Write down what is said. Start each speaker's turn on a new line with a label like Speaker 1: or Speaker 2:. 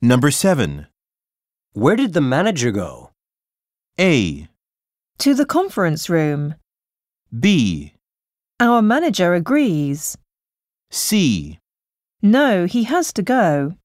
Speaker 1: Number 7.
Speaker 2: Where did the manager go?
Speaker 1: A.
Speaker 3: To the conference room.
Speaker 1: B.
Speaker 3: Our manager agrees.
Speaker 1: C.
Speaker 3: No, he has to go.